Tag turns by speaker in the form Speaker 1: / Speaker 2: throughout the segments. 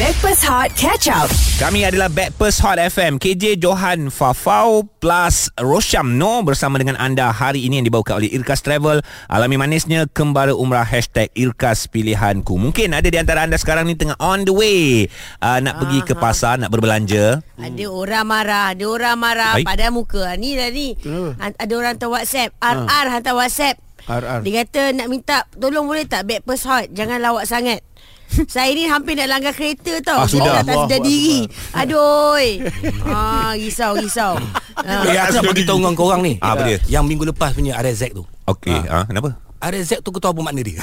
Speaker 1: Backpass Hot Catch Up.
Speaker 2: Kami adalah Backpers Hot FM KJ Johan Fafau Plus Rosham No Bersama dengan anda hari ini yang dibawakan oleh Irkas Travel Alami manisnya Kembara Umrah Hashtag Irkas Pilihanku Mungkin ada di antara anda sekarang ni Tengah on the way uh, Nak pergi
Speaker 3: Ah.
Speaker 2: ke pasar Nak berbelanja
Speaker 3: Ada orang marah Ada orang marah
Speaker 2: Baik.
Speaker 3: Baik. Pada muka Ni lah ni
Speaker 4: Kenapa?
Speaker 3: Han- Ada orang hantar whatsapp RR hantar whatsapp
Speaker 4: RR.
Speaker 3: Dia kata nak minta Tolong boleh tak Backpast hot Jangan lawak sangat saya ni hampir nak langgar kereta tau
Speaker 2: Ah,
Speaker 3: Saya
Speaker 2: sudah.
Speaker 3: tak sedar
Speaker 4: Allahu
Speaker 3: diri Aduh ah, Risau risau ah.
Speaker 5: Eh, aku nak bagi tahu dengan korang ni.
Speaker 2: Ah, apa dia?
Speaker 5: Yang minggu lepas punya RZ tu.
Speaker 2: Okey ha. ha, Kenapa?
Speaker 5: RZ tu kau tahu apa
Speaker 2: Ha,
Speaker 5: makna dia?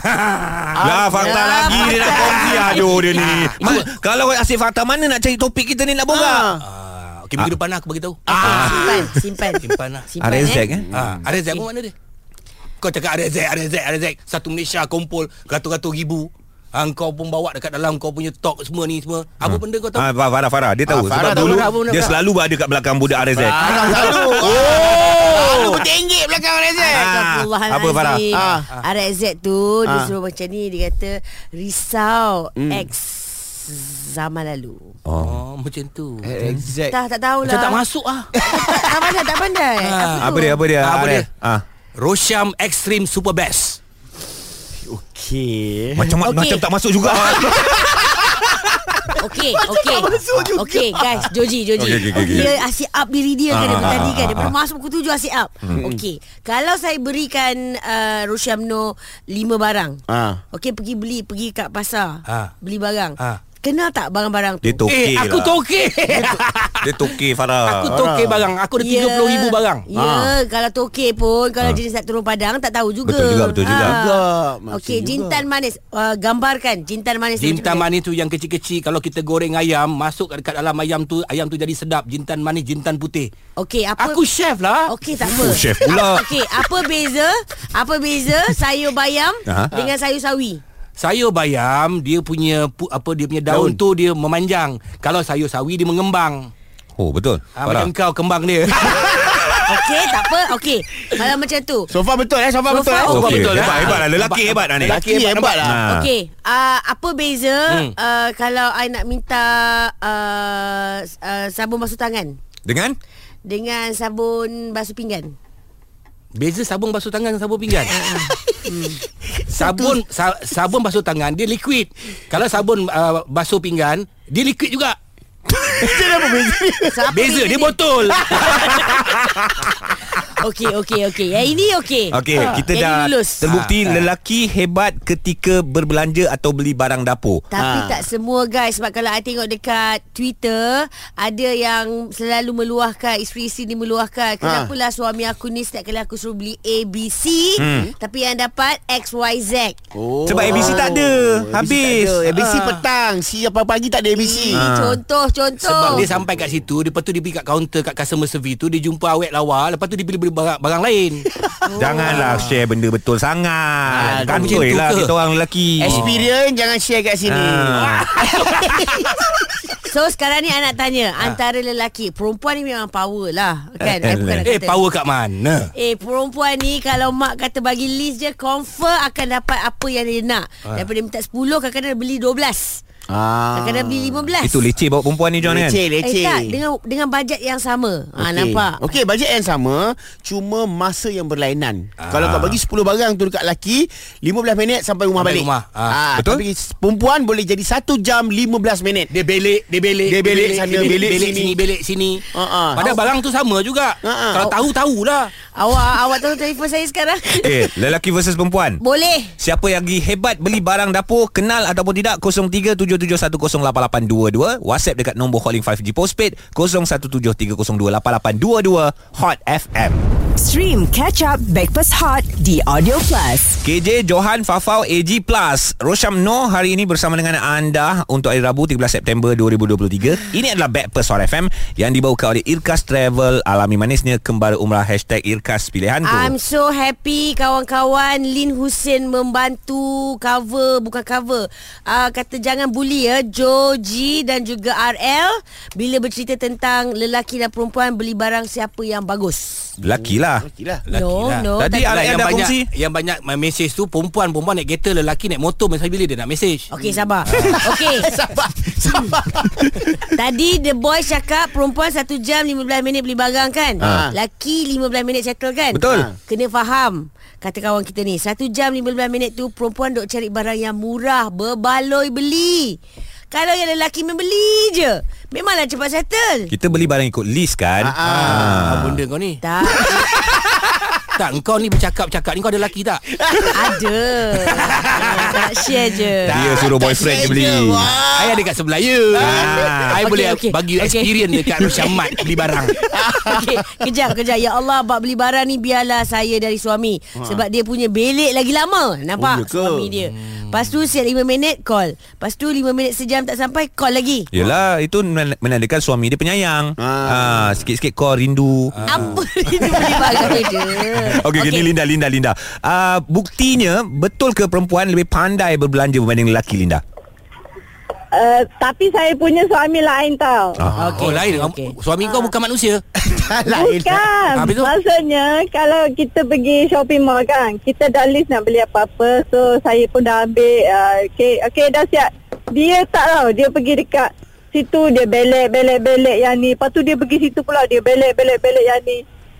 Speaker 2: Lah fakta
Speaker 3: ya,
Speaker 2: lagi Dia nak
Speaker 3: fakta.
Speaker 2: kongsi Aduh dia ni Ma- Kalau asyik fakta Mana nak cari topik kita ni Nak borak
Speaker 5: ah, okey minggu depan lah aku bagi tahu.
Speaker 3: Ah,
Speaker 2: Ah.
Speaker 3: Simpan Simpan
Speaker 5: Simpan lah.
Speaker 3: Simpan
Speaker 2: Arezek
Speaker 3: eh.
Speaker 2: eh
Speaker 5: Ah, RZ apa makna dia? Kau cakap RZ, RZ, RZ. Satu Malaysia kumpul ratus-ratus ribu. Ah, kau pun bawa dekat dalam kau punya talk semua ni semua. Apa benda kau tahu?
Speaker 2: Ah, Fa- Farah Farah dia tahu
Speaker 4: Ah,
Speaker 2: sebab
Speaker 4: Farah tahu.
Speaker 2: dulu
Speaker 4: Farah pun
Speaker 2: dia
Speaker 4: nampak.
Speaker 2: selalu berada kat belakang budak RZ.
Speaker 4: Alah selalu Oh Selalu bertinggit belakang
Speaker 3: Kan?
Speaker 4: Razak
Speaker 3: Astagfirullahalazim.
Speaker 2: Ah, Apa, Farah?
Speaker 4: Ah.
Speaker 3: RZ tu Dia
Speaker 4: Ah.
Speaker 3: suruh macam ni Dia kata Risau
Speaker 2: Hmm.
Speaker 3: Ex Zaman lalu
Speaker 5: Oh, macam tu.
Speaker 4: Razak
Speaker 3: Tak tak tahulah
Speaker 5: Macam tak masuk ah.
Speaker 3: Tak pandai tak pandai
Speaker 5: Ah,
Speaker 2: Apa dia apa dia?
Speaker 5: Ah, apa
Speaker 2: RZ?
Speaker 5: dia?
Speaker 2: Ah.
Speaker 5: Rosham Extreme Super Best.
Speaker 4: Okey
Speaker 2: Macam
Speaker 3: Okey.
Speaker 2: macam tak masuk juga. Ah.
Speaker 3: Okey, okey. Okey, guys, Joji, Joji.
Speaker 2: Okey, okey, okey, okey.
Speaker 3: Dia asyik up diri dia kan
Speaker 2: Ah,
Speaker 3: daripada
Speaker 2: ah,
Speaker 3: tadi kan.
Speaker 2: ah,
Speaker 3: Daripada
Speaker 2: ah. Hmm.
Speaker 3: masuk pukul 7 asyik up. Okey. Kalau saya berikan uh, Roshamno 5 barang.
Speaker 4: Ah.
Speaker 3: Okey, pergi beli, pergi kat pasar.
Speaker 5: Ah.
Speaker 3: Beli barang.
Speaker 5: Ah.
Speaker 3: Kenal tak barang-barang tu?
Speaker 2: Dia tokey
Speaker 5: eh, aku
Speaker 2: lah. Ah.
Speaker 5: tokey.
Speaker 2: Dia tokey Farah.
Speaker 5: aku tokey barang. Aku ada 30,000 barang.
Speaker 3: Ya, yeah, kalau tokey pun kalau jenis nak turun padang tak tahu juga. Ha.
Speaker 2: Ha. Betul juga, betul juga.
Speaker 4: Juga, maksud
Speaker 3: Okey,
Speaker 4: juga.
Speaker 3: jintan manis. Uh, gambarkan jintan manis tu
Speaker 5: Jintan
Speaker 3: macam
Speaker 5: manis tu yang kecil-kecil Kalau kita goreng ayam Masuk dekat dalam ayam tu Ayam tu jadi sedap Jintan manis, jintan putih
Speaker 3: mana. Okey, apa
Speaker 5: Aku chef lah
Speaker 3: Okey tak apa.
Speaker 2: Oh, chef pula.
Speaker 3: Okey, apa beza? Apa beza sayur bayam
Speaker 2: Aha.
Speaker 3: dengan sayur sawi?
Speaker 5: Sayur bayam Dia punya pu, apa Dia punya daun,
Speaker 4: Daun.
Speaker 5: tu Dia memanjang Kalau sayur sawi Dia mengembang
Speaker 2: Oh betul.
Speaker 5: ha, Macam
Speaker 2: Farah.
Speaker 5: kau kembang dia
Speaker 3: Okey, tak apa. Okey. Kalau macam tu.
Speaker 4: So far betul eh So far
Speaker 3: So
Speaker 4: betul
Speaker 3: far
Speaker 4: eh
Speaker 3: okey.
Speaker 2: Oh, Okey,
Speaker 5: betul.
Speaker 2: hebat
Speaker 5: Ah,
Speaker 2: hebat lah lelaki hebat lah ni.
Speaker 4: Lelaki hebat lah
Speaker 2: Ah.
Speaker 3: Okey, uh, apa beza
Speaker 5: Hmm.
Speaker 3: uh, kalau I nak minta uh, uh, sabun basuh tangan
Speaker 2: Dengan
Speaker 3: dengan sabun basuh pinggan?
Speaker 5: Beza sabun basuh tangan dengan sabun pinggan Sabun sa, Sabun basuh tangan Dia liquid Kalau sabun uh, basuh pinggan Dia liquid juga
Speaker 3: So, apa
Speaker 5: Beza dia botol
Speaker 3: Okey, okey, okey. Yang ini okey.
Speaker 2: Okey,
Speaker 3: Ah.
Speaker 2: kita
Speaker 3: Yang
Speaker 2: dah
Speaker 3: ini lulus. Ah.
Speaker 2: terbukti lelaki hebat ketika berbelanja atau beli barang dapur.
Speaker 3: Tapi
Speaker 4: Ah.
Speaker 3: tak semua guys Sebab kalau I tengok dekat Twitter Ada yang selalu meluahkan Isteri-isteri ni meluahkan
Speaker 5: Ah.
Speaker 3: Kenapalah suami aku ni Setiap kali aku suruh beli A, B, C
Speaker 5: Hmm.
Speaker 3: Tapi yang dapat X, Y, Z
Speaker 4: Oh.
Speaker 2: Sebab ABC tak ada. Habis.
Speaker 4: ABC tak ada. ABC
Speaker 3: Ah.
Speaker 4: petang Si apa pagi tak ada ABC
Speaker 3: Ini contoh, contoh
Speaker 5: Ah. Sebab dia sampai kat situ Lepas tu dia pergi kat kaunter Kat customer service tu Dia jumpa awet lawa Lepas tu dia beli-beli barang, barang lain
Speaker 2: Janganlah share benda betul sangat.
Speaker 5: Ah.
Speaker 4: Ah,
Speaker 5: macam
Speaker 2: Kantoi
Speaker 5: tu
Speaker 2: lah
Speaker 5: ke?
Speaker 2: kita orang lelaki.
Speaker 4: Experience Jangan share kat sini
Speaker 2: Ah.
Speaker 3: So sekarang ni I nak tanya Antara lelaki Perempuan ni memang power lah Kan I bukan nak
Speaker 5: Ah. Eh
Speaker 3: kata.
Speaker 5: power kat mana
Speaker 3: Eh perempuan ni Kalau mak kata bagi list je Confirm akan dapat apa yang dia nak Daripada minta 10 Kadang-kadang dia beli 12
Speaker 4: Ah.
Speaker 3: Kadang-kadang beli 15
Speaker 2: Itu leceh bawa perempuan ni John kan?
Speaker 4: Leceh
Speaker 3: Eh
Speaker 4: leceh
Speaker 3: tak dengan dengan bajet yang sama. Okay. Ah
Speaker 4: Okey.
Speaker 3: nampak.
Speaker 4: Okey bajet yang sama Cuma masa yang berlainan Kalau kau bagi 10 barang tu dekat lelaki 15 minit sampai rumah
Speaker 5: Sampai
Speaker 4: balik
Speaker 5: rumah. Ah.
Speaker 4: Betul Tapi perempuan boleh jadi 1 jam 15 minit
Speaker 5: dia belik, dia belik,
Speaker 4: Dia belik sana,
Speaker 5: dia
Speaker 4: belik
Speaker 5: belik
Speaker 4: sini.
Speaker 5: sini, belik sini.
Speaker 4: Ah, ah.
Speaker 5: Padahal barang tu sama juga.
Speaker 4: Ah, ah.
Speaker 5: Kalau tahu tahulah.
Speaker 3: Awak awak tahu telefon saya sekarang?
Speaker 2: Eh, lelaki versus perempuan.
Speaker 3: Boleh.
Speaker 2: Siapa yang lagi hebat beli barang dapur Kenal ataupun tidak 0377108822 WhatsApp dekat nombor calling 5G postpaid 0173028822 Hot FM
Speaker 1: Stream Catch Up Backpass Hot di Audio Plus.
Speaker 2: KJ Johan Fafau AG Plus Rosham Noh hari ini bersama dengan anda Untuk hari Rabu 13 September 2023 Ini adalah Backpast Hot FM Yang dibawakan oleh Irkas Travel Alami manisnya Kembali Umrah Hashtag Irkas Irkas Pilihanku.
Speaker 3: I'm so happy kawan-kawan Lin Hussein membantu cover bukan cover. Uh, kata jangan bully ya Joji dan juga RL bila bercerita tentang lelaki dan perempuan beli barang siapa yang bagus.
Speaker 2: Lelaki lah.
Speaker 4: Okey lah.
Speaker 5: Lelaki
Speaker 3: no,
Speaker 5: lah.
Speaker 3: no. tak-
Speaker 2: Tadi RL
Speaker 5: Yalah, yang
Speaker 2: dah
Speaker 5: banyak
Speaker 2: kongsi.
Speaker 5: yang banyak my message tu perempuan perempuan naik kereta lelaki naik motor message bila dia nak message.
Speaker 3: Okey sabar. Okey.
Speaker 4: Sabar Sabar
Speaker 3: Tadi the boys cakap perempuan 1 jam 15 minit beli barang kan.
Speaker 4: Ha.
Speaker 3: Laki 15 minit settle kan.
Speaker 2: Betul.
Speaker 3: Ha. Kena faham. Kata kawan kita ni, 1 jam 15 minit tu perempuan dok cari barang yang murah, berbaloi beli. Kalau yang lelaki membeli je, memanglah cepat settle.
Speaker 2: Kita beli barang ikut list kan.
Speaker 4: Ah, ah.
Speaker 5: Ah, benda kau ni.
Speaker 3: Tak
Speaker 5: Tak engkau ni bercakap-cakap ni kau ada lelaki tak?
Speaker 3: ada. Ah, tak share je.
Speaker 2: Dia suruh boyfriend dia beli.
Speaker 5: Saya ada kat sebelah you.
Speaker 2: Ah.
Speaker 5: Saya
Speaker 3: Okey,
Speaker 5: boleh
Speaker 3: okey,
Speaker 5: bagi you
Speaker 3: okey.
Speaker 5: experience dekat Rusyamat beli barang.
Speaker 3: Okey, kejap kejap. Ya Allah, bab beli barang ni biarlah saya dari suami. Ha. Sebab dia punya belik lagi lama. Nampak
Speaker 4: Oh, ya ke?
Speaker 3: suami dia. Hmm. Lepas tu siap 5 minit call. Lepas tu 5 minit sejam tak sampai call lagi.
Speaker 2: Yelah Itu men- menandakan suami dia penyayang ah.
Speaker 4: Ah.
Speaker 2: Sikit-sikit kau rindu
Speaker 3: Apa dia beli barang dia?
Speaker 2: Ah. Okey, okay. ni Linda, Linda, Linda. Uh, buktinya, betul ke perempuan lebih pandai berbelanja berbanding lelaki, Linda?
Speaker 6: Uh, tapi saya punya suami lain tau. Ah,
Speaker 5: Okay, oh lain
Speaker 3: okey.
Speaker 5: okay. Suami kau bukan manusia
Speaker 6: Bukan.
Speaker 5: Habis tu?
Speaker 6: Maksudnya kalau kita pergi shopping mall kan, kita dah list nak beli apa-apa. So saya pun dah ambil uh, okay, okay dah siap. Dia tak tahu dia pergi dekat situ dia belek belek belek yang ni. Lepas tu dia pergi situ pula dia belek belek belek yang ni.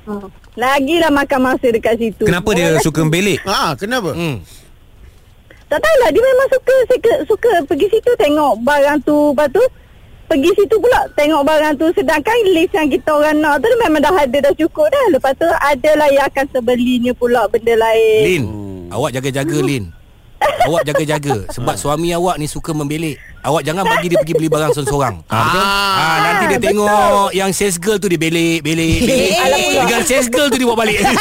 Speaker 6: Hmm. Lagilah makan masa dekat situ.
Speaker 2: Kenapa dia
Speaker 6: Orang-
Speaker 2: suka membelik?
Speaker 4: Ah, kenapa?
Speaker 5: hmm.
Speaker 6: Tak tahulah dia memang suka suka, suka pergi situ tengok barang tu lepas tu pergi situ pula tengok barang tu sedangkan list yang kita orang nak tu dia memang dah ada dah cukup dah lepas tu adalah yang akan sebelinya pula benda lain
Speaker 5: Lin Awak jaga-jaga Lin Awak jaga-jaga Sebab suami awak ni suka membelik Awak jangan bagi dia pergi beli barang seorang-seorang ah, betul? Ah, Nanti dia tengok Yang sales girl tu dia belik Belik, belik. Dengan sales girl tu dia bawa balik Ya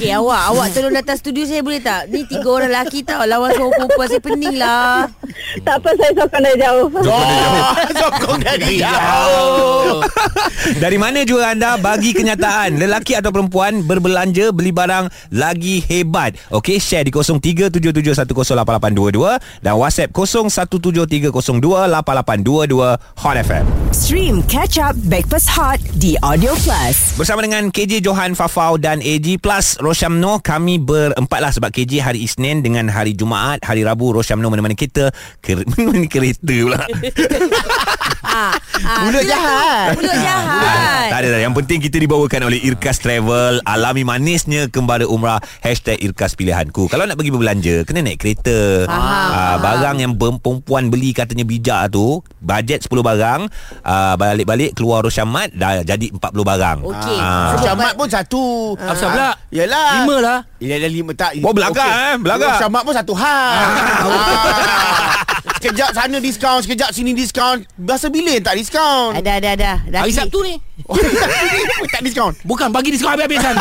Speaker 3: Okey, awak awak tolong datang studio saya boleh tak? Ni tiga orang lelaki tau. Lawan seorang perempuan saya pening lah.
Speaker 6: tak apa saya sokong dari jauh
Speaker 4: Oh, sokong dari
Speaker 5: Ya Jauh
Speaker 2: Dari mana juga anda bagi kenyataan lelaki atau perempuan berbelanja beli barang lagi hebat? Okey, share di 0377108822 dan WhatsApp 0173028822 Hot FM.
Speaker 1: Stream Catch Up Backpass Hot di Audio Plus.
Speaker 2: Bersama dengan KJ Johan Fafau dan AG Plus Rosyamno kami berempat lah sebab KJ hari Isnin dengan hari Jumaat hari Rabu Rosyamno mana-mana kereta ker- mana-mana kereta pula
Speaker 3: Ah, ah, itulah tu.
Speaker 4: Mulut jahat.
Speaker 3: Mulut
Speaker 2: Ah,
Speaker 3: jahat.
Speaker 2: tak ada lah. Yang penting kita dibawakan oleh Irkas Travel Alami manisnya Kembali Umrah Hashtag Irkas Pilihanku Kalau nak pergi berbelanja Kena naik kereta ah, Barang yang bem- perempuan beli Katanya bijak lah tu Bajet 10 barang ah, Balik-balik Keluar Rosyamat Dah jadi 40 barang
Speaker 3: Okey.
Speaker 2: Ah.
Speaker 4: Syamat pun satu
Speaker 5: Apa pula?
Speaker 4: Yelah
Speaker 5: Lima lah.
Speaker 4: Ya ada lima tak
Speaker 2: Oh, belagak,
Speaker 4: Okey.
Speaker 2: eh, belagak.
Speaker 4: Syamat pun satu hal Ah. Sekejap sana diskaun Sekejap sini diskaun Biasa bila tak diskaun
Speaker 3: Ada ada ada.
Speaker 5: Hari
Speaker 3: Laki.
Speaker 5: Sabtu ni
Speaker 4: Oh, Tak diskaun
Speaker 5: Bukan bagi diskon habis-habisan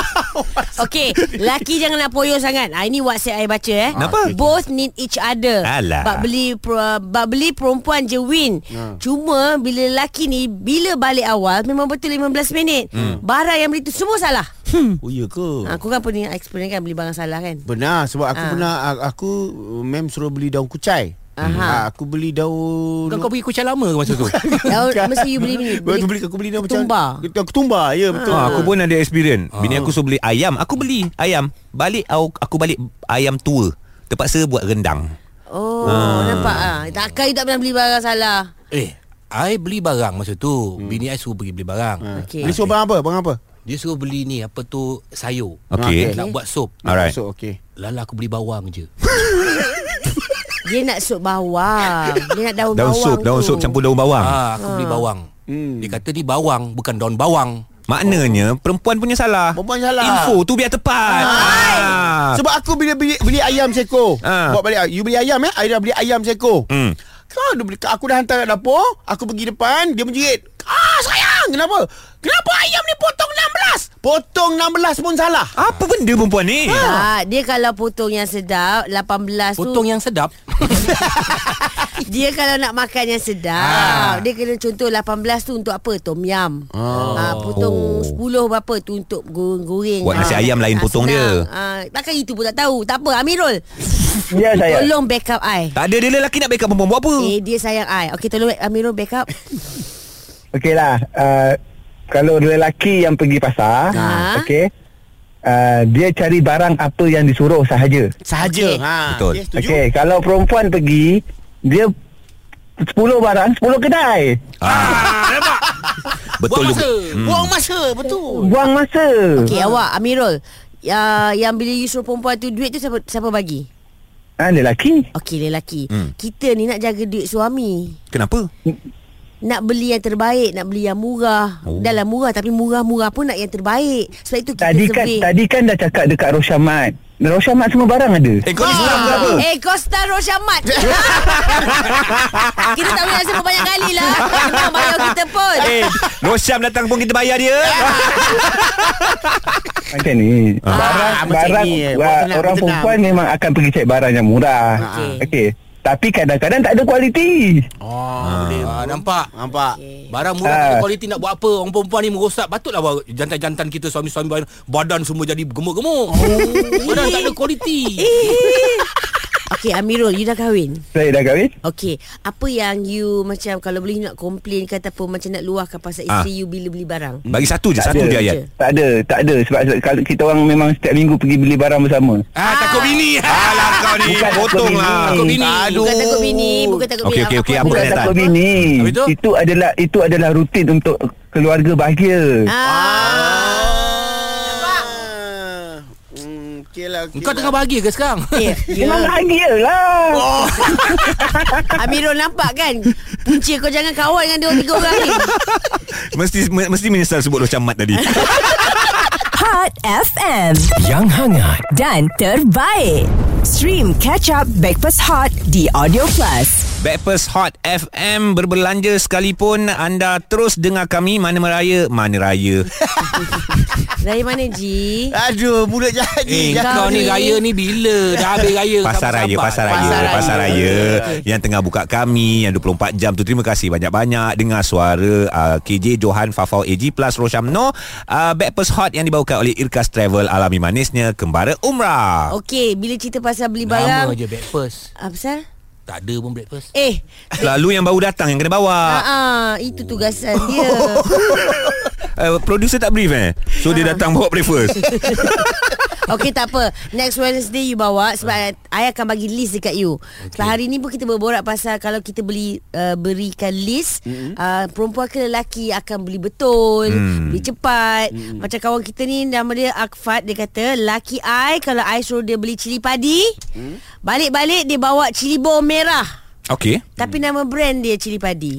Speaker 3: Okey, laki jangan nak poyo sangat. Ha, ini WhatsApp saya baca eh.
Speaker 2: Kenapa?
Speaker 3: Both need each other.
Speaker 2: Alah.
Speaker 3: Bak beli per- bak beli perempuan je win.
Speaker 4: Ha.
Speaker 3: Cuma bila lelaki ni bila balik awal memang betul 15 minit.
Speaker 2: Hmm.
Speaker 3: Barang yang beli tu semua salah.
Speaker 4: Oh ya ke
Speaker 3: Ha, kau kan punya experience kan beli barang salah kan?
Speaker 4: Benar sebab aku
Speaker 3: Ah.
Speaker 4: pernah a- aku uh, mem suruh beli daun kucai.
Speaker 3: Aha.
Speaker 4: Ah, aku beli daun
Speaker 5: Bukan kau pergi kucing lama ke masa tu
Speaker 3: Daun mesti you beli ni.
Speaker 4: Aku beli aku beli daun macam
Speaker 3: ketumbar.
Speaker 4: Ketumbar. Ketumbar ya betul.
Speaker 2: Ah, aku pun ada experience. Ah. Bini aku suruh beli ayam. Aku beli ayam. Balik aku, aku balik ayam tua. Terpaksa buat rendang.
Speaker 3: Oh, nampak ah. Takkan you tak pernah beli barang salah.
Speaker 5: Eh I beli barang masa tu Bini I suruh pergi beli barang
Speaker 3: Okey.
Speaker 4: Beli suruh barang apa? Barang apa?
Speaker 5: Dia suruh beli ni Apa tu Sayur
Speaker 2: Okey.
Speaker 4: Okey.
Speaker 5: Nak buat sup
Speaker 2: Alright.
Speaker 4: So okey.
Speaker 5: Lala aku beli bawang je
Speaker 3: Dia nak sup bawang. Dia nak daun,
Speaker 2: Daun
Speaker 3: bawang.
Speaker 2: sup, daun
Speaker 3: tu.
Speaker 2: sup campur daun bawang.
Speaker 5: Ah, aku beli bawang.
Speaker 2: Hmm.
Speaker 5: Dia kata ni bawang bukan daun bawang.
Speaker 2: Maknanya perempuan punya salah.
Speaker 4: Perempuan salah.
Speaker 2: Info tu biar tepat. Ah.
Speaker 4: Sebab aku bila beli beli ayam seekor.
Speaker 2: Ah.
Speaker 4: Bawa balik you beli ayam eh? I dah beli ayam seekor.
Speaker 2: Hmm.
Speaker 4: Kau dah beli, aku dah hantar kat dapur, aku pergi depan, dia menjerit. Ah sayang, kenapa? Kenapa ayam ni potong 16? Potong 16 pun salah.
Speaker 2: Apa benda perempuan ni?
Speaker 3: Ah, dia kalau potong yang sedap 18
Speaker 5: Potong
Speaker 3: tu
Speaker 5: yang sedap
Speaker 3: Dia kalau nak makan yang sedap Dia kena contoh 18 tu untuk apa? Tom yam oh. ah, Potong
Speaker 2: Ah. Oh.
Speaker 3: 10 berapa tu untuk goreng-goreng
Speaker 2: Buat nasi ayam lain potong
Speaker 3: senang.
Speaker 2: dia.
Speaker 3: ah, Bahkan itu pun tak tahu Tak apa Amirul
Speaker 7: Ya saya.
Speaker 3: Tolong backup I
Speaker 2: Tak ada dia lelaki nak backup perempuan buat apa?
Speaker 3: Eh dia sayang I Okey tolong Amirul backup
Speaker 7: Okey lah. Uh, kalau lelaki yang pergi pasar,
Speaker 3: Ha.
Speaker 7: okey. Uh, dia cari barang apa yang disuruh sahaja.
Speaker 4: Sahaja.
Speaker 3: Okey.
Speaker 4: Ha.
Speaker 2: Betul.
Speaker 4: Dia setuju.
Speaker 7: Okey, kalau perempuan pergi, dia 10 barang, 10 kedai.
Speaker 2: Ah, Betul Hmm. juga.
Speaker 5: Buang masa
Speaker 4: Buang masa, betul.
Speaker 7: Buang masa.
Speaker 2: Ah.
Speaker 3: Okey awak Amirul Ya, yang bila you suruh perempuan tu duit tu siapa siapa bagi?
Speaker 7: Ha, lelaki.
Speaker 3: Okey lelaki.
Speaker 2: Hmm.
Speaker 3: Kita ni nak jaga duit suami.
Speaker 2: Kenapa?
Speaker 3: Nak beli yang terbaik Nak beli yang murah oh.
Speaker 2: Oh.
Speaker 3: Dahlah murah Tapi murah-murah pun nak yang terbaik Sebab itu kita
Speaker 7: Tadi kan
Speaker 3: survey
Speaker 7: tadi kan dah cakap dekat Rosyamat. Rosyamat semua barang ada.
Speaker 2: Eh kau ni
Speaker 3: Ah.
Speaker 2: seram ke apa?
Speaker 3: Eh Costa Rosyamat Kita tak boleh nak sebut banyak kali lah Memang bayar kita pun
Speaker 2: Eh, Rosyam datang pun kita bayar dia.
Speaker 7: Macam ni.
Speaker 2: Ah,
Speaker 7: barang
Speaker 4: macam
Speaker 7: barang
Speaker 4: ni, eh.
Speaker 7: wa- orang
Speaker 4: Buat tenang, buat tenang.
Speaker 7: perempuan memang akan pergi cek barang yang murah.
Speaker 3: Okey.
Speaker 7: Okey. Tapi kadang-kadang tak ada kualiti.
Speaker 4: Oh, boleh.
Speaker 5: ah, Nampak
Speaker 4: Nampak.
Speaker 5: Barang murah
Speaker 7: Ah.
Speaker 5: uh. kualiti nak buat apa Orang perempuan ni merosak Patutlah bawa- jantan-jantan kita Suami-suami badan, badan semua jadi gemuk-gemuk Badan tak ada kualiti
Speaker 3: Okay Amirul You dah kahwin
Speaker 7: Saya dah kahwin.
Speaker 3: Okay Apa yang you Macam kalau boleh you nak complain ke Ataupun macam nak luahkan Pasal
Speaker 2: Ah.
Speaker 3: isteri you Bila beli barang
Speaker 2: Bagi satu je,
Speaker 7: Tak
Speaker 2: satu
Speaker 7: ada.
Speaker 2: je ayat.
Speaker 7: Tak ada, tak ada sebab se- kalau kita orang memang setiap minggu pergi beli barang bersama.
Speaker 5: ah, Takut bini
Speaker 2: Alah kau ni,
Speaker 7: Bukan
Speaker 2: potong
Speaker 7: aku
Speaker 2: lah.
Speaker 5: Takut bini
Speaker 4: Aduh.
Speaker 3: Bukan takut bini Bukan takut
Speaker 2: Okey,
Speaker 3: bini
Speaker 2: okey, okey, apa
Speaker 7: Bukan
Speaker 2: kata?
Speaker 7: takut bini.
Speaker 5: Habis tu?
Speaker 7: Itu adalah itu adalah rutin untuk keluarga bahagia.
Speaker 3: Ah.
Speaker 4: Ah. Hmm, okey lah, okey
Speaker 5: Kau
Speaker 4: lah.
Speaker 5: tengah bahagia ke sekarang?
Speaker 3: Eh,
Speaker 7: Memang
Speaker 3: ya.
Speaker 7: bahagia lah.
Speaker 3: Amirul nampak kan Punca kau jangan kawan dengan dia orang tiga orang ni
Speaker 2: Mesti mesti menyesal sebut Rosyam Mat tadi.
Speaker 1: Hot FM
Speaker 8: Yang hangat
Speaker 1: dan terbaik. Stream Catch Up Breakfast Hot di Audio Plus.
Speaker 2: Breakfast Hot FM berbelanja sekalipun anda terus dengar kami mana meraya mana raya.
Speaker 3: Dari mana Ji?
Speaker 4: Aduh, mulut jahat
Speaker 5: Eh,
Speaker 4: ni. Jahat.
Speaker 5: kau
Speaker 3: ni.
Speaker 5: ni raya ni bila? Dah habis raya
Speaker 2: Pasar
Speaker 5: sabar-sabar.
Speaker 2: raya, pasar raya,
Speaker 4: Pasar raya.
Speaker 2: pasar raya yang tengah buka kami yang 24 jam tu terima kasih banyak-banyak dengar suara uh, KJ Johan Fafau AG plus Roshamno uh, Breakfast Hot yang dibawakan oleh Irkas Travel alami manisnya kembara umrah.
Speaker 3: Okey, bila cerita pasal beli
Speaker 5: Nama
Speaker 3: barang
Speaker 5: je breakfast
Speaker 3: Apa pasal?
Speaker 5: Tak ada pun breakfast
Speaker 3: Eh
Speaker 2: Lalu yang baru datang yang kena bawa.
Speaker 3: ah, ah, Itu tugasan dia
Speaker 2: Uh, producer tak brief eh. So dia datang bawa breakfast.
Speaker 3: Okey tak apa Next Wednesday you bawa Sebab I akan bagi list dekat you okay. Sebab hari ni pun kita berborak pasal Kalau kita beli uh, Berikan list mm-hmm. uh, Perempuan ke lelaki Akan beli betul mm. Beli cepat mm. Macam kawan kita ni Nama dia Akfat Dia kata Laki I Kalau I suruh dia beli cili padi mm. Balik-balik dia bawa cili bom merah
Speaker 2: Okey.
Speaker 3: Tapi nama brand dia Cili Padi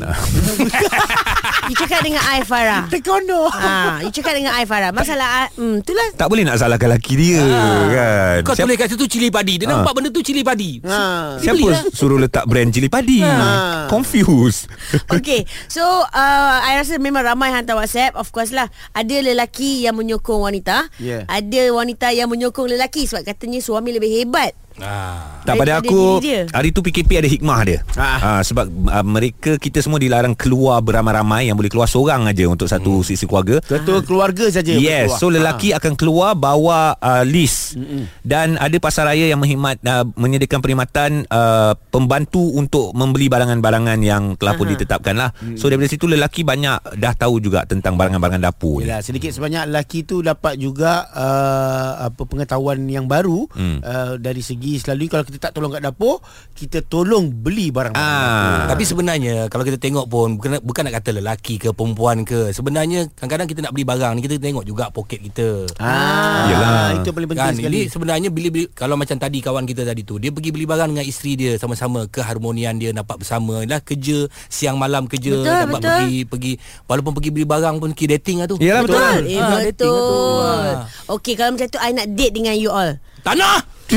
Speaker 3: You cakap dengan I Farah
Speaker 4: Tekono.
Speaker 3: ha, You cakap dengan I Farah Masalah I, hmm, Itulah
Speaker 2: Tak boleh nak salahkan laki dia kan.
Speaker 5: Kau tulis kat situ cili padi Dia
Speaker 2: Ah.
Speaker 5: nampak benda tu cili padi
Speaker 4: Ha.
Speaker 5: Dia
Speaker 2: Siapa
Speaker 5: beli lah.
Speaker 2: suruh letak brand cili padi?
Speaker 4: Ha.
Speaker 2: Confused.
Speaker 3: Okay So uh, I rasa memang ramai hantar whatsapp Of course lah Ada lelaki yang menyokong wanita
Speaker 4: Yeah.
Speaker 3: Ada wanita yang menyokong lelaki Sebab katanya suami lebih hebat
Speaker 2: Tak
Speaker 3: Daripada
Speaker 2: pada
Speaker 3: diri
Speaker 2: aku
Speaker 3: dia.
Speaker 2: Hari tu PKP ada hikmah dia ha.
Speaker 4: Ah.
Speaker 2: Ha, Sebab uh, mereka Kita semua dilarang keluar beramai-ramai Yang boleh keluar seorang aja Untuk satu hmm. sisi keluarga
Speaker 4: Ketua keluarga saja. Ha.
Speaker 2: Yes So lelaki akan keluar Bawa uh, list Mm-mm. Dan ada pasaraya yang menghimat, uh, Menyediakan perkhidmatan uh, Pembantu untuk membeli barangan-barangan Yang telah pun ditetapkan lah So daripada situ lelaki banyak Dah tahu juga tentang barangan-barangan dapur ni
Speaker 4: Yalah, Ya, sedikit sebanyak lelaki tu dapat juga uh, apa pengetahuan yang baru hmm. uh, dari segi selalu kalau kita tak tolong kat dapur, kita tolong beli barang.
Speaker 2: Ah.
Speaker 5: Tapi sebenarnya Kalau kita tengok pun bukan, bukan nak kata lelaki ke Perempuan ke Sebenarnya Kadang-kadang kita nak beli barang ni Kita tengok juga poket kita
Speaker 4: Ah,
Speaker 2: Yalah.
Speaker 4: itu yang paling penting
Speaker 5: Kan,
Speaker 4: sekali.
Speaker 5: ini sebenarnya bila, bila kalau macam tadi kawan kita tadi tu dia pergi beli barang dengan isteri dia sama-sama keharmonian dia nampak bersama lah kerja siang malam kerja
Speaker 3: Betul,
Speaker 5: dapat
Speaker 3: betul.
Speaker 5: pergi pergi walaupun pergi beli barang pun pergi dating lah tu
Speaker 2: Yalah, betul.
Speaker 3: Eh,
Speaker 5: Ah, dating lah tu.
Speaker 3: betul
Speaker 5: Ah.
Speaker 3: Okay kalau macam tu I nak date dengan you all
Speaker 5: tak nak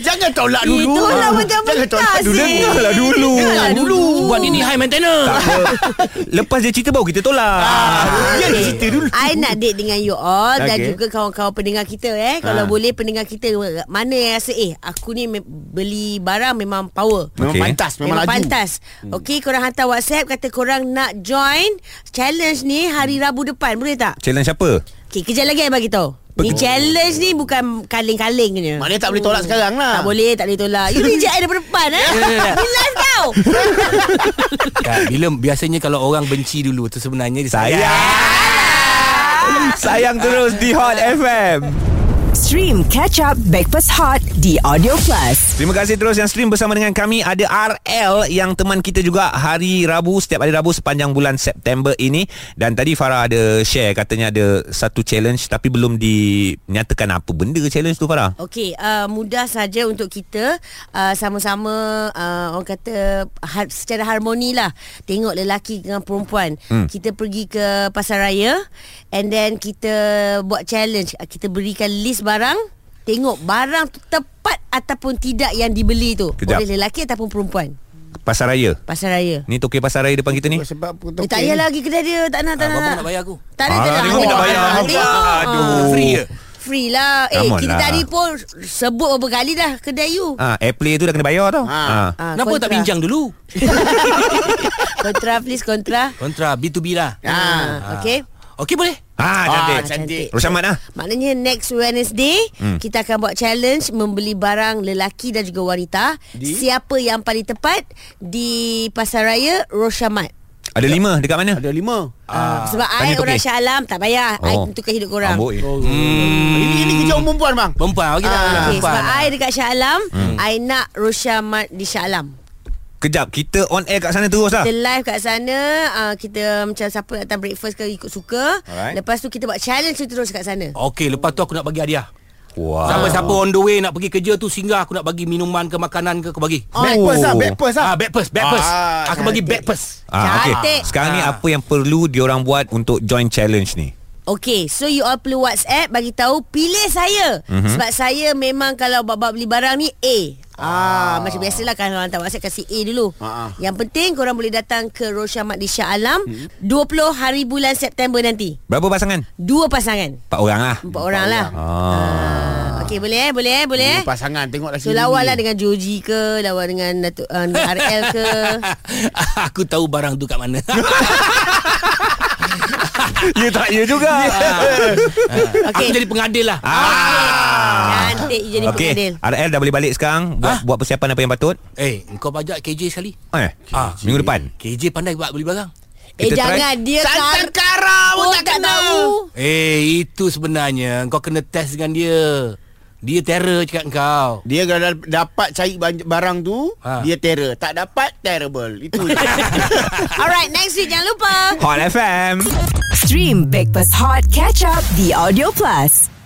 Speaker 4: Jangan tolak dulu.
Speaker 3: Itulah macam
Speaker 4: Jangan
Speaker 3: mentah,
Speaker 4: tolak dulu.
Speaker 3: Zik.
Speaker 2: Dengarlah dulu.
Speaker 3: Dengarlah dulu.
Speaker 5: Buat ni ni high maintenance.
Speaker 2: Tak apa. Lepas dia cerita baru kita tolak.
Speaker 3: Ah.
Speaker 4: Ya, dia cerita dulu.
Speaker 3: I nak date dengan you all okay. Dan
Speaker 2: Okey.
Speaker 3: juga kawan-kawan pendengar kita eh Kalau
Speaker 2: Ha.
Speaker 3: boleh pendengar kita Mana yang rasa Eh aku ni me- beli barang memang power
Speaker 4: Memang
Speaker 2: Okey.
Speaker 4: pantas, memang,
Speaker 3: Memang
Speaker 4: laju. Hmm.
Speaker 3: pantas Okey korang hantar whatsapp Kata korang nak join Challenge ni hari
Speaker 4: Hmm.
Speaker 3: Rabu depan Boleh tak?
Speaker 2: Challenge siapa?
Speaker 3: Okey kejap lagi I bagi tahu Ni challenge ni bukan kaling-kaling je
Speaker 4: Maknanya tak boleh tolak sekarang
Speaker 3: Oh.
Speaker 4: lah.
Speaker 3: Tak boleh, tak boleh tolak You reject I daripada depan eh Ni last kau
Speaker 5: Tak, Kan? bila biasanya kalau orang benci dulu tu sebenarnya dia sayang.
Speaker 2: Sayang. Sayang terus di Hot FM.
Speaker 1: Stream Catch Up Breakfast Hot di Audio Plus.
Speaker 2: Terima kasih terus yang stream bersama dengan kami Ada RL yang teman kita juga hari Rabu Setiap hari Rabu sepanjang bulan September ini Dan tadi Farah ada share katanya ada satu challenge Tapi belum dinyatakan apa benda challenge tu Farah
Speaker 3: Okey, uh, mudah saja untuk kita uh, sama-sama uh, orang kata har- secara harmoni lah. Tengok lelaki dengan perempuan. Hmm. Kita pergi ke pasar raya and then kita buat challenge. Uh, Kita berikan list barang, tengok barang tu tepat ataupun tidak yang dibeli tu
Speaker 2: Kejap.
Speaker 3: oleh lelaki ataupun perempuan.
Speaker 2: Pasar Raya
Speaker 3: Pasar raya.
Speaker 2: Ni toke Pasar Raya depan kita ni
Speaker 4: Sebab aku
Speaker 3: Okay. Eh, tak payah lagi kedai dia, tak nak, tak
Speaker 5: Ah,
Speaker 3: nak.
Speaker 5: berapa nak bayar aku?
Speaker 3: Tak nak, tak nak.
Speaker 2: Ah, tengok
Speaker 3: Tengok,
Speaker 2: nak bayar.
Speaker 3: tengok.
Speaker 2: Aduh.
Speaker 5: Free ke?
Speaker 3: Free lah. Eh,
Speaker 2: Come on
Speaker 3: kita
Speaker 2: lah.
Speaker 3: tadi pun sebut berapa kali dah kedai you.
Speaker 2: Ah, airplay tu dah kena bayar tau ah.
Speaker 3: Ah,
Speaker 5: Kenapa tak bincang dulu?
Speaker 3: Kontra please kontra.
Speaker 5: Kontra B2B lah.
Speaker 3: Ha, okey.
Speaker 5: Okey boleh.
Speaker 2: Ah, cantik.
Speaker 3: Ah, cantik.
Speaker 2: Rosyamat lah.
Speaker 3: Maknanya next Wednesday hmm. kita akan buat challenge membeli barang lelaki dan juga wanita. Di? Siapa yang paling tepat di pasaraya Rosyamat.
Speaker 2: Ada lima dekat mana?
Speaker 4: Ada lima.
Speaker 3: Ah, Sebab I
Speaker 2: tanya Tokey.
Speaker 3: orang Shah Alam tak payah. Oh. I
Speaker 2: Oh.
Speaker 3: tentukan hidup korang.
Speaker 2: Amboi. Hmm.
Speaker 4: Ini ini kerja umum puan bang.
Speaker 5: Perempuan okey tak?
Speaker 3: Okay,
Speaker 5: Perempuan.
Speaker 3: Ah, sebab I dekat Shah Alam, I nak Rosyamat di Shah Alam.
Speaker 2: Kejap, kita on air kat sana terus lah.
Speaker 3: Kita live kat sana uh, Kita macam siapa nak datang breakfast ke Ikut suka
Speaker 2: Alright.
Speaker 3: Lepas tu kita buat challenge tu terus kat sana
Speaker 5: Okey, lepas tu aku nak bagi hadiah.
Speaker 2: Wah.
Speaker 5: Siapa-siapa on the way nak pergi kerja tu singgah aku nak bagi minuman ke makanan ke aku bagi.
Speaker 2: Oh.
Speaker 4: Backpast lah, backpast lah.
Speaker 5: Ah, breakfast, breakfast.
Speaker 4: Ah,
Speaker 5: aku bagi breakfast.
Speaker 2: Ah, okay.
Speaker 3: Cantik.
Speaker 2: Sekarang ni apa yang perlu diorang buat untuk join challenge ni?
Speaker 3: Okay, so you all perlu WhatsApp bagi tahu pilih saya. Mm-hmm. Sebab saya memang kalau bab-bab beli barang ni A. Ah, ah macam biasalah kalau orang hantar WhatsApp kasi A dulu.
Speaker 4: Ah, ah.
Speaker 3: Yang penting korang boleh datang ke Rosyamat di Shah Alam mm-hmm. 20 hari bulan September nanti.
Speaker 2: Berapa pasangan?
Speaker 3: Dua pasangan.
Speaker 2: Empat orang lah.
Speaker 3: Empat orang lah. Ah. Okey, boleh eh? Boleh eh? Boleh eh?
Speaker 4: Pasangan tengok
Speaker 3: So
Speaker 4: lelaki.
Speaker 3: lawan lah dengan Joji ke, lawan dengan Datuk uh, RL ke.
Speaker 5: aku tahu barang tu kat mana.
Speaker 2: Ya tak ya juga.
Speaker 5: Ah, Aku jadi pengadil lah.
Speaker 2: Ah.
Speaker 3: Cantik you jadi
Speaker 2: Okey,
Speaker 3: pengadil.
Speaker 2: RL dah boleh balik sekarang buat
Speaker 5: Ah.
Speaker 2: buat persiapan apa yang patut.
Speaker 5: Eh, kau pajak KJ sekali.
Speaker 2: Eh,
Speaker 5: Ah.
Speaker 2: minggu depan.
Speaker 5: KJ pandai buat beli barang.
Speaker 3: Eh
Speaker 2: Kita try.
Speaker 3: jangan dia
Speaker 4: Santan
Speaker 3: kar-
Speaker 4: kara pun
Speaker 3: pun
Speaker 4: tak kena.
Speaker 5: Eh, itu sebenarnya kau kena test dengan dia. Dia terror cakap kau.
Speaker 4: Dia kalau dapat cari ban- barang tu,
Speaker 5: Ha.
Speaker 4: dia terror. Tak dapat, terrible. Itu je.
Speaker 3: Alright, next week jangan lupa.
Speaker 2: Hot FM.
Speaker 1: Stream Breakfast Hot Catch Up di Audio Plus.